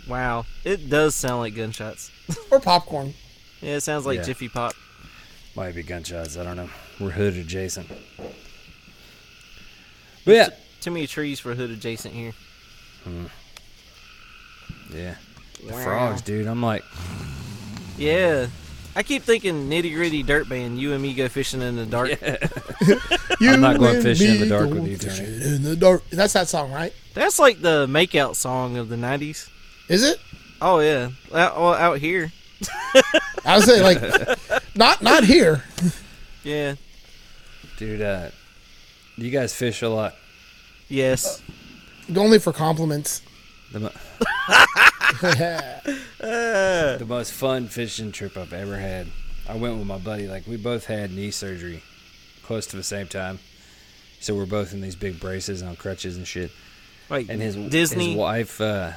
Wow. It does sound like gunshots.
Or popcorn.
Yeah, it sounds like
Yeah.
Jiffy Pop.
Might be gunshots. I don't know. We're hood adjacent. But yeah,
Too many trees for hood adjacent here.
yeah. The
Wow.
frogs, dude. I'm like,
Yeah. I keep thinking nitty gritty dirt band. You and me go fishing in the dark.
You
I'm not going
and
fishing in
me
the dark
going
with you, Tony.
fishing In the dark. That's that song, right?
That's like the makeout song of the '90s.
Is it?
Oh yeah, out, well, out here.
I was saying like, not not here.
Yeah.
dude. Uh, you guys fish a lot.
Yes.
Only for compliments.
The, mo-
That's
the most fun fishing trip I've ever had. I went with my buddy. Like we both had knee surgery, close to the same time. So we're both in these big braces and on crutches and shit.
Like
And his
Disney.
his wife, uh,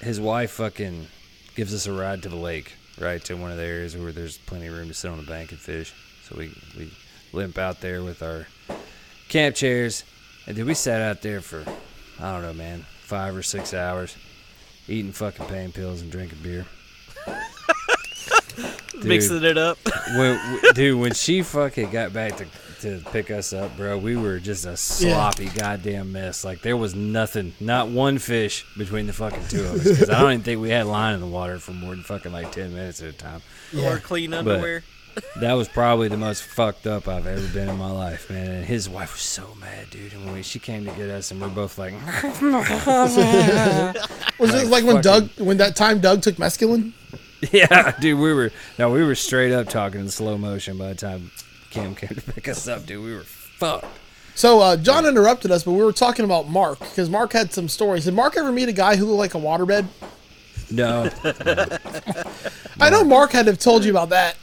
his wife fucking gives us a ride to the lake, right to one of the areas where there's plenty of room to sit on the bank and fish. So we we limp out there with our camp chairs, and then we sat out there for I don't know, man, five or six hours, eating fucking pain pills and drinking beer.
mixing it up.
When, w- dude, when she fucking got back to, to pick us up, bro, we were just a sloppy goddamn mess. Like there was nothing, not one fish between the fucking two of us. 'Cause I don't even think we had line in the water for more than fucking like ten minutes at a time.
Or clean underwear.
That was probably the most fucked up I've ever been in my life, man. And his wife was so mad, dude. And when we, she came to get us, and we're both like,
Was it like when Doug when that time Doug took mescaline?
yeah, dude, we were no, we were straight up talking in slow motion by the time Cam came to pick us up, dude. We were fucked.
So uh, John interrupted us, but we were talking about Mark because Mark had some stories. Did Mark ever meet a guy who looked like a waterbed?
No,
I know Mark had to have told you about that.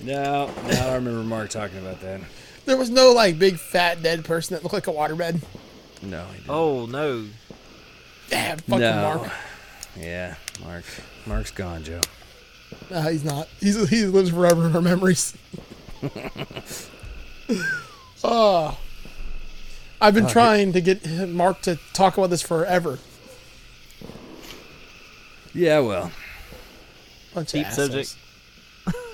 No, no, I remember Mark talking about that.
There was no like big fat dead person that looked like a waterbed.
No, he didn't.
Oh no.
Damn, fucking
No.
Mark.
Yeah, Mark. Mark's gone, Joe.
No, he's not. He's he lives forever in our memories. oh, I've been trying to get Mark to talk about this forever.
Yeah, well,
Bunch of
Deep
assholes.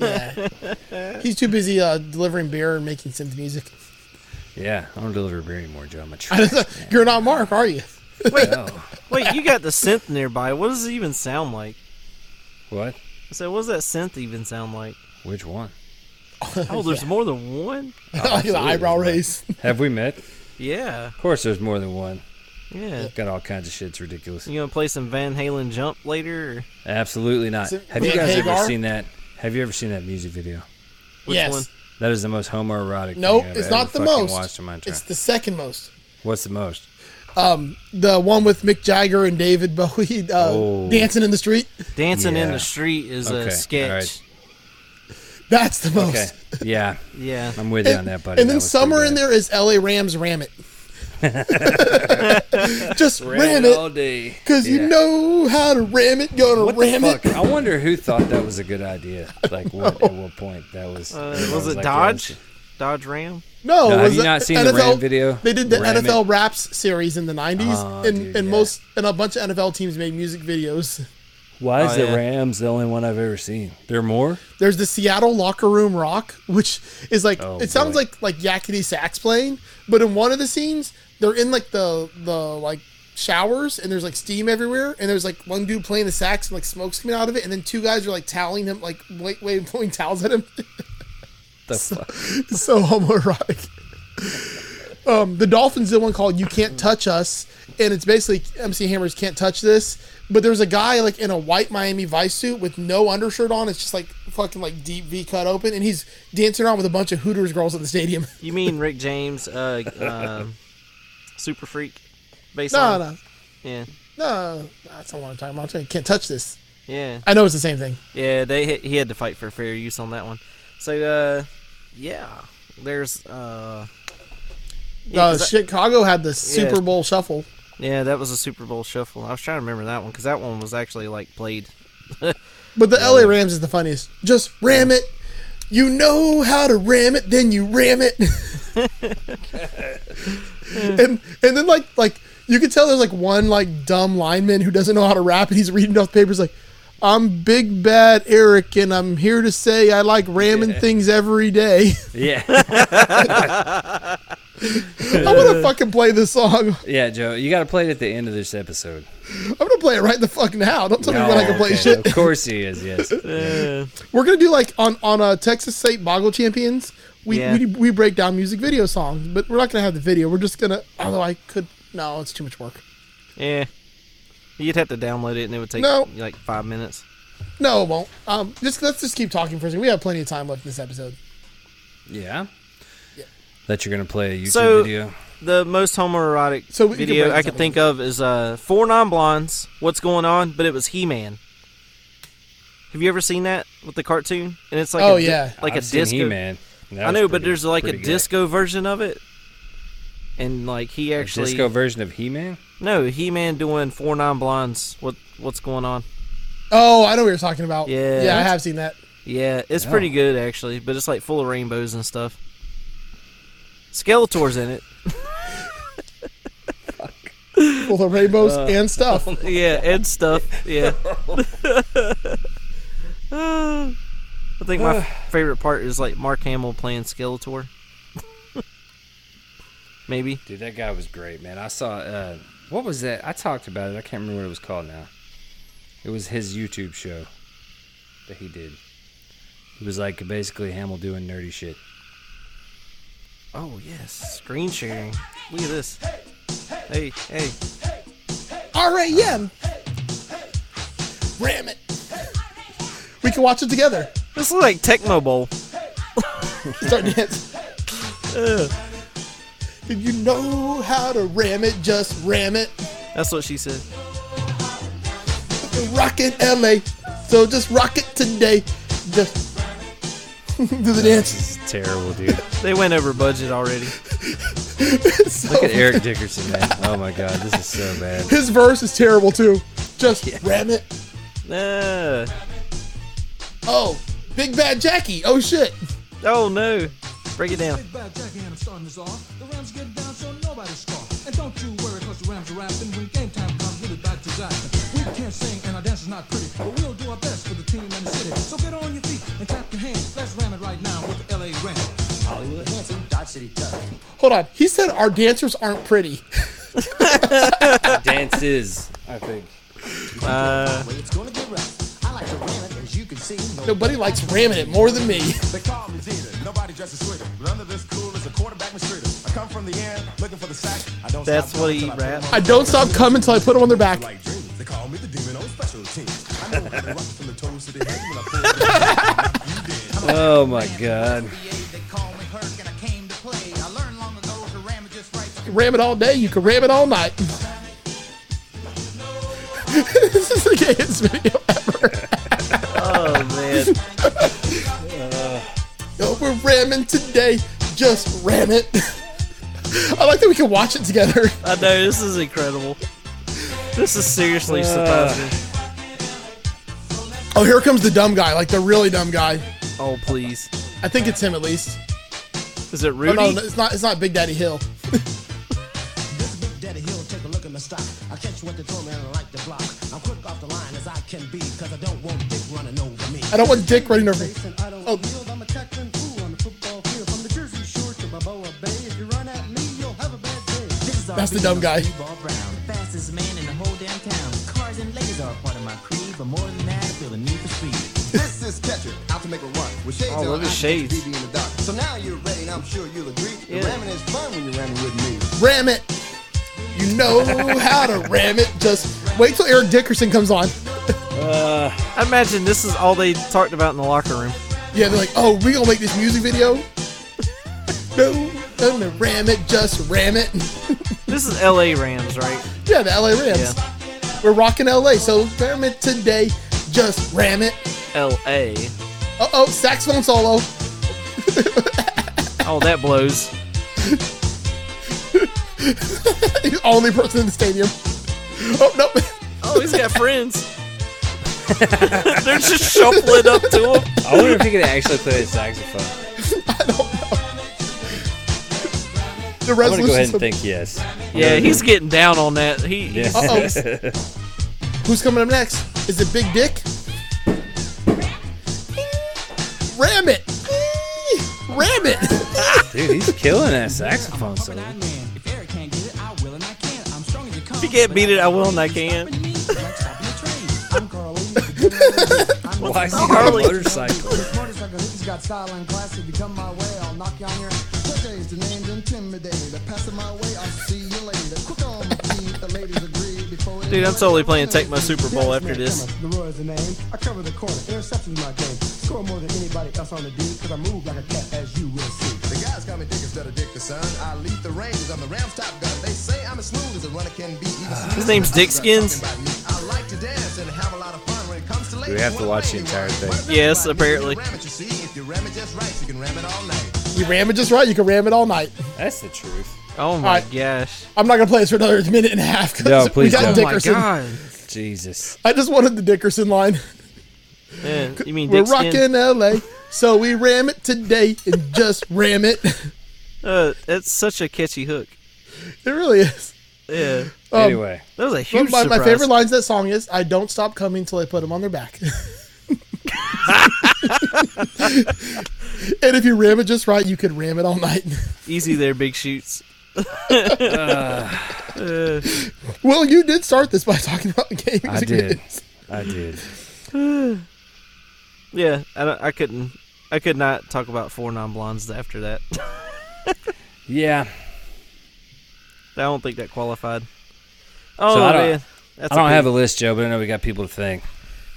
subject.
Yeah. he's too busy uh, delivering beer and making synth music.
yeah, I don't deliver beer anymore, Joe. I'm a truck.
You're not Mark, are you?
no.
Wait, you got the synth nearby. What does it even sound like?
What?
So, what does that synth even sound like?
Which one?
Oh, there's more than one.
like the eyebrow
Mark.
raise.
Have we met? Of
Yeah.
course, there's more than one.
Yeah.
Got all kinds of shit's ridiculous.
You gonna play some Van Halen jump later? Or
Absolutely not.
Is it
Have you
Mick
guys ever
Hagar?
seen that? Have you ever seen that music video?
which
yes.
one?
That is the most homoerotic.
No,
thing I've
it's
ever
not the
fucking
most.
Watched in my entire-
It's the second most.
What's the most?
Um, the one with Mick Jagger and David Bowie uh,
Oh.
dancing in the street.
Dancing in
Yeah.
the street is
Okay,
a sketch.
alright.
That's the most.
Okay. Yeah,
Yeah.
I'm with you on
And,
that, buddy.
and
That
then
was pretty
somewhere in
bad.
there is L.A. Rams ram it. Just ram, it,
all day.
cause you
Yeah.
know how to ram it. Gonna
What
ram
the
it.
fuck? I wonder who thought that was a good idea. Like what? At what point that was?
Uh,
that
was it
like,
Dodge?
yeah,
Dodge Ram?
No, was
No, have you
it
not seen the Ram video?
They did the
Ram it?
NFL Raps series in the '90s,
Oh,
and
dude,
and
yeah.
most and a bunch of NFL teams made music videos.
Why is
Oh,
the
yeah.
Rams the only one I've ever seen? There are more?
There's the Seattle Locker Room Rock, which is like
Oh,
it sounds
boy.
like like yakety sax playing, but in one of the scenes they're in like the the like showers and there's like steam everywhere and there's like one dude playing the sax and like smoke's coming out of it and then two guys are like toweling him like wait wait pulling towels at him
The fuck?
It's so homoerotic. Um, the Dolphins did one called "You Can't Touch Us," and it's basically MC Hammer's "Can't Touch This." But there's a guy like in a white Miami Vice suit with no undershirt on. It's just like fucking like deep V cut open, and he's dancing around with a bunch of Hooters girls at the stadium.
You mean Rick James, uh, um, Super Freak? Based
no,
on?
no,
Yeah.
no, that's not what I'm talking about. I'm saying can't touch this.
Yeah.
I know it's the same thing.
Yeah, they hit, he had to fight for fair use on that one. So, uh, yeah. There's, uh, yeah,
uh,
'cause I-
Chicago had the Super Bowl Shuffle.
yeah, that was a Super Bowl shuffle. I was trying to remember that one because that one was actually like played.
But the LA Rams is the funniest. Just ram it. You know how to ram it, then you ram it. and and then like like you could tell there's like one like dumb lineman who doesn't know how to rap and he's reading off papers like I'm big bad Eric and I'm here to say I like ramming things every day.
Yeah,
I want to fucking play this song.
yeah, Joe. You got to play it at the end of this episode.
I'm gonna play it right the fuck now. Don't tell me when I can play
okay,
shit.
Of course he is. Yes.
We're gonna do like on on uh, Texas State Boggle Champions. We,
Yeah.
we we break down music video songs, but we're not gonna have the video. We're just gonna. Although I could. No, it's too much work.
Yeah. You'd have to download it and it would take
No.
like five minutes.
No, it won't. Um, just let's just keep talking for a second. We have plenty of time left in this episode.
Yeah. That you're gonna play a YouTube
So-
video.
The most homoerotic
So we can
video
break
I can
something.
think of is uh, Four Non Blondes, What's Going On? But it was He Man. Have you ever seen that with the cartoon? And it's like
Oh,
a, di-
yeah.
like
I've
a
seen
disco.
He-Man. That
I
was
know, but
pretty-
there's like a
pretty good.
disco version of it, and like he
A
actually
disco version of He-Man.
no He Man doing Four Non Blondes. What what's going on?
Oh, I know what you're talking about.
Yeah.
yeah, I have seen that.
Yeah, it's pretty
Oh.
good actually, but it's like full of rainbows and stuff. Skeletor's in it.
Full of rainbows
Uh.
and stuff.
yeah, and stuff. Yeah. Uh, I think my favorite part is like Mark Hamill playing Skeletor. Maybe.
Dude, that guy was great, man. I saw uh, what was that? I talked about it. I can't remember what it was called now. It was his YouTube show that he did. It was like basically Hamill doing nerdy shit.
Oh yes, screen sharing. Look at this. Hey, hey.
R.A.M. Ram it. We can watch it together.
This looks like Tecmo Bowl.
Start dance.
Uh.
Did you know how to ram it? Just ram it.
That's what she said.
rockin' LA. So just rock it today. Just do the dance.
This is terrible, dude.
They went over budget already.
Look at Eric Dickerson, man. Oh my god, this is so bad.
His verse is terrible too. Just ram it.
Uh,
Oh, Big Bad Jackie. Oh shit.
oh no. Break it down.
Bad Jackie and I'm starting this off. The Rams get down so nobody's scoff. And don't you worry, cause the Rams are rapping. When game time comes, we'll be back to Jackson. We can't sing and our dance is not pretty, but we'll do our best for the team and the city. So get on your feet and clap your hands. Let's ram it right now with the LA Rams. Hollywood Hanson, Dodge City Tough.
Hold on. He said our dancers aren't pretty.
Dances, I think.
Uh,
Way it's gonna get rough. I like to ram it, as you can see.
Nobody likes ramming it more than me.
They call me Jeter. Nobody dresses sweeter. But under this cool is a quarterback mistreater. I come from the end, looking for the sack. I don't
That's
stop
what
coming
he
till I put 'em
rap.
on
I don't stop coming till I put them on their back.
Like dreams, they call me the demon on special teams. I know how to rock from the toes to the head when I pull the You did. I'm
Oh my god.
They call me Herc and I came to play. I learned long ago to ram it just right.
can ram it all day. You can ram it all night. this is the gayest video ever.
Oh man.
Yo, we're ramming today. Just ram it. I like that we can watch it together.
I know this is incredible. This is seriously surprising.
Oh, here comes the dumb guy, like the really dumb guy.
Oh please.
I think it's him at least.
Is it
Oh,
Rudy?
no, it's not. It's not Big Daddy Hill.
This big daddy, he'll take a look in the stock. I catch what they throw me and I like the block. I'm quick off the line as I can be, cause I don't want dick running over me.
I don't want Dick running over.
And I don't
Oh.
yield, I'm a tackling fool on the football field. From the Jersey Shore to Balboa Bay, if you run at me, you'll have a bad day.
That's the dumb guy.
Ball Brown, fastest man in the whole damn town. Cars and ladies are a part of my creed, but more than that, I feel the need for speed.
This is Ketchup, out to make a run. With shades
Oh,
on,
look at
I can
shades.
be in the dark. So now you're ready, and I'm sure you'll agree.
Yeah.
Yeah. Ramming is fun when you're ramming with me.
Ram it. You know how to ram it. Just wait till Eric Dickerson comes on.
I imagine this is all they talked about in the locker room.
Yeah, they're like, oh, we gonna make this music video. no, I'm gonna ram it. Just ram it.
This is LA Rams, right?
yeah, the LA Rams. We're rocking LA, so ram it today. Just ram it.
LA.
Uh oh, saxophone solo.
Oh, that blows.
He's the only person in the stadium. Oh nope.
Oh, he's got friends. They're just shuffling up to him.
I wonder if he could actually play the saxophone.
The
I'm gonna go ahead
resolution.
and think yes.
Yeah, he's getting down on that. He, he's-
Uh oh. Who's coming up next? Is it Big Dick? Ram it. Ram it.
Dude, he's killing that saxophone solo.
If Eric can't get it, I will and I can. I'm strong as you come.
If you can't beat it, I will and I can.
I'm Carly.
Why is he on a
Harley.
motorcycle?
Motorcycle hoops got style and class. If you come my way, I'll knock you on your Today's the name's intimidated. Passing my way, I'll see you later. Quick on my feet, the ladies agree before they
Dude, I'm totally playing Take My
Yes,
Super Bowl after
man,
this.
Thomas, Leroy is the name. I cover the corner, interceptions my game. Score more than anybody else on the D, cause I move like a cat as you will see.
The guys call me Dick instead of Dick the Son. I lead the Rangers, I'm the Rams top gun. They say I'm as smooth as a runner can be. Even
His name's Dick Skins.
I like to dance and have a lot of fun when it comes to ladies.
have to
One
watch the
lady
entire
wants-
thing.
One
Yes,
lady
apparently.
wants- You ram it, you see. If you ram it just right, you can ram it all night.
You ram it just right. You can ram it all night.
That's the truth.
Oh my
Alright.
gosh.
I'm not gonna play this for another minute and a half. 'cause
No,
we
please
got
don't.
Oh my
Dickerson.
god.
Jesus.
I just wanted the Dickerson line.
Yeah, you mean
We're
Dick
rocking
Skin?
LA, so we ram it today and just ram it. It
Uh, that's such a catchy hook.
really is.
Yeah,
Anyway,
that was a
One
huge
of my, my
surprise.
favorite lines of that song is I don't stop coming till I put them on their back. and if you ram it just right, you could ram it all night.
Easy there, big shoots.
Well, you did start this by talking about games.
I did. I did.
Yeah, I, don't, I couldn't. I could not talk about four non blondes after that. I
Yeah.
don't think that qualified. Oh
I don't-
man, that's
I don't
okay.
have a list, Joe, but I know we got people to thank.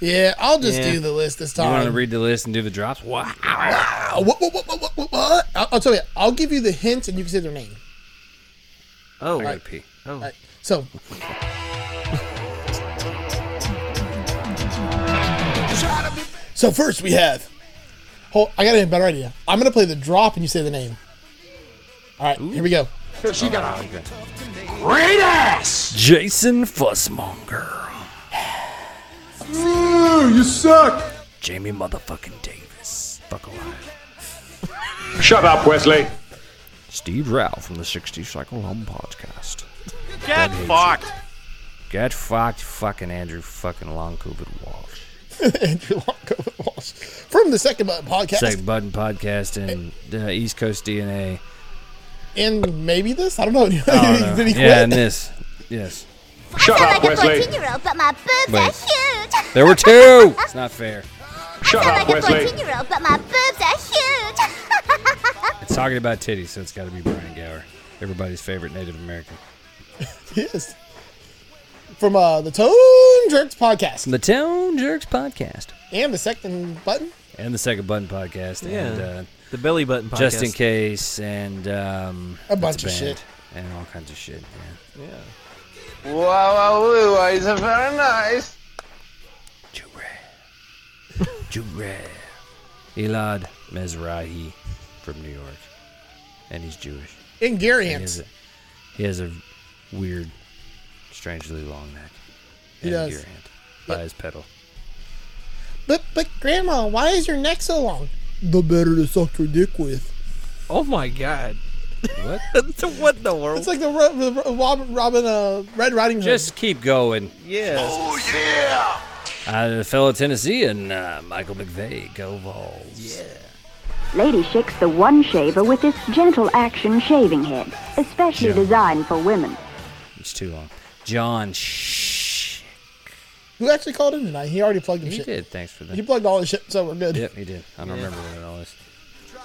Yeah, I'll just
Yeah.
do the list this
You want to
time.
read the list and do the drops? Wow.
Uh, what, what, what, what, what, what, what? I'll, I'll tell you. I'll give you the hint, and you can say their name.
Oh,
I gotta pee.
oh.
All right. So So first we have. Hold, I got a better idea. I'm gonna play the drop and you say the name. All right, here we go.
Oh, Jason Fussmonger.
you suck.
Jamie motherfucking Davis. Fuck alive.
Shut up, Wesley.
Steve Rao from the 60 Cycle Home Podcast.
Get fucked.
Get fucked, fucking Andrew fucking Long COVID Walsh.
Andrew Longo Walsh from the Second Button Podcast,
Second Button Podcast and uh, East Coast DNA.
and maybe this. I don't know.
I don't know.
Did he
yeah, and
quit?
this. Yes.
Shut up, Wesley.
year old, but my boobs
Wait.
are huge.
There were two! It's not fair.
Shut
I'm like
up,
a
Wesley.
14 year old, but my boobs are huge.
It's talking about titties, so it's got to be Brian Gower, everybody's favorite Native American.
Yes. From uh, the Tone Jerks Podcast
The Town Jerks Podcast.
and the Second Button.
And the Second Button Podcast.
Yeah.
And uh,
the belly button podcast.
Just in Case. And um,
A
that's
bunch of
band.
shit.
and all kinds of shit.
Yeah.
Wow, wow, woo, wow, he's very nice.
Jure. Elad Mezrahi from New York, and he's Jewish.
In Gary
And He has,
Ants.
a, he has a weird, strangely long neck.
He
and a
does.
deer hand by his pedal.
But but grandma, why is your neck so long? The better to suck your dick with.
Oh my god.
What?
what in the world?
It's like the, Ro- the Ro- Robin, Robin uh, Red Riding Hood.
Just keep going.
Yes.
Oh yeah. Uh, fellow Tennessean, uh, Michael McVeigh, go Vols. Yeah.
Lady shakes the one shaver with this gentle action shaving head, especially
Yeah.
designed for women.
It's too long. John Shh.
Who actually called in tonight? He already plugged his
He
shit.
did. Thanks for that.
He plugged all his shit, so we're good.
Yep, he did. I don't remember what it all is.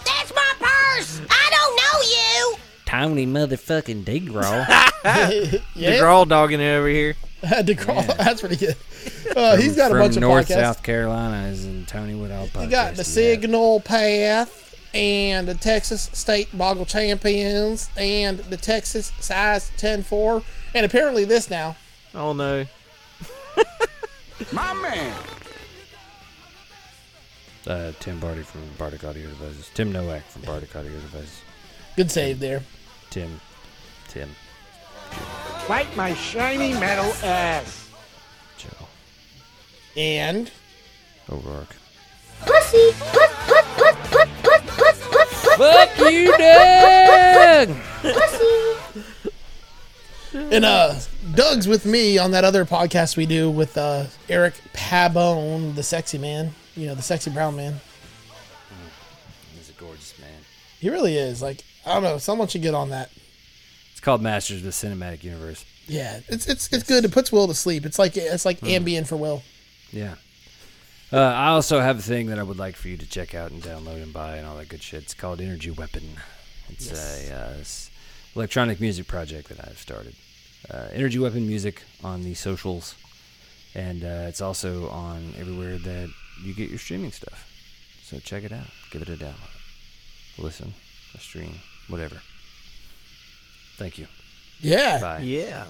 That's my purse. I don't know you.
Tony motherfucking DeGraw.
Yeah.
DeGraw dogging it over here.
DeGraw, that's pretty good. Uh, he's got a
from
bunch of
North
podcasts.
South Carolina is in Tony Woodall
He
podcast.
got the Signal Path and the Texas State Boggle Champions and the Texas Size 10 4 and apparently this now.
Oh no.
My man.
Uh, Tim Barty from Bardic Audio Devices. Tim Nowak from Bardic Audio Devices.
Good save there.
Tim. Tim.
Like my shiny metal ass.
Joe.
And
O'Rourke.
Pussy. Put, put, put, put, put, put, put, put,
Fuck you, Doug.
Pussy.
And uh, Doug's with me on that other podcast we do with uh, Eric Pabone, the sexy man. You know, the sexy brown man.
He's a gorgeous man.
He really is. Like, I don't know. Someone should get on that.
It's called Masters of the Cinematic Universe.
Yeah, it's it's it's good. It puts Will to sleep. It's like it's
Hmm.
like Ambien for Will.
Yeah. Uh, I also have a thing that I would like for you to check out and download and buy and all that good shit. It's called Energy Weapon. It's a uh, s- electronic music project that I've started. Uh, Energy Weapon music on the socials, and uh, it's also on everywhere that you get your streaming stuff. So check it out. Give it a download. Listen, a stream, whatever. Thank you.
Yeah.
Bye.
Yeah.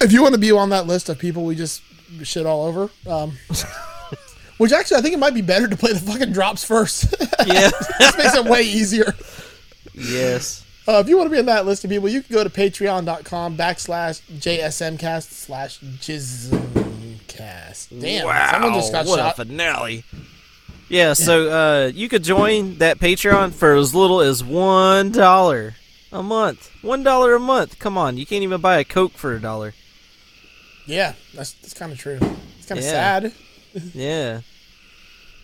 If you want to be on that list of people we just shit all over, um, which actually I think it might be better to play the fucking drops first.
yeah,
this makes it way easier.
Yes.
Uh, if you want to be on that list of people, you can go to patreon.com backslash JSMcast slash JismCast. Damn, someone just got
what
shot.
a finale. Yeah, so uh, you could join that Patreon for as little as one dollar a month. One dollar a month. Come on, you can't even buy a Coke for a dollar.
yeah, that's, that's kind of true. It's kind of
Yeah.
sad.
Yeah.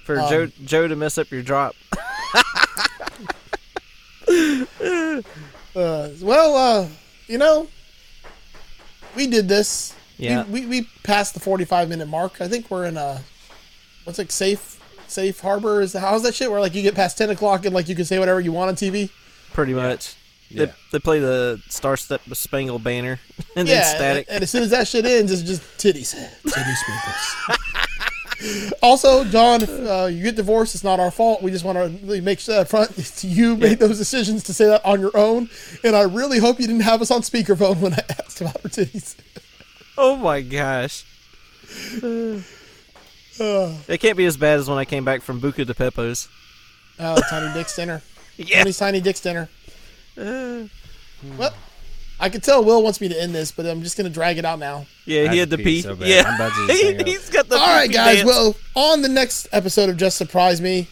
For
Um,
Joe Joe to mess up your drop.
Uh, well, uh, you know, we did this.
Yeah.
We, we, we passed the 45 minute mark. I think we're in a, what's like safe, safe harbor is how's that shit where like you get past 10 o'clock and like you can say whatever you want on TV.
Pretty much. They,
Yeah.
they play the Star Step Spangled Banner and
yeah.
then static.
And, and as soon as that shit ends, it's just titties. Titty sprinkles. also, John, if uh, you get divorced, it's not our fault. We just want to really make sure that front it's you made those decisions to say that on your own. And I really hope you didn't have us on speakerphone when I asked about her titties.
Oh my gosh.
Uh,
It can't be as bad as when I came back from Buca de Pepo's.
Oh, Tiny Dick's dinner.
Yeah.
Tony's Tiny Dick's dinner. well, I could tell Will wants me to end this, but I'm just going to drag it out now.
Yeah,
I
he had to pee.
so bad.
yeah.
I'm about to just hang up.
He's got the
All right,
pee
guys.
dance.
Well, on the next episode of Just Surprise Me,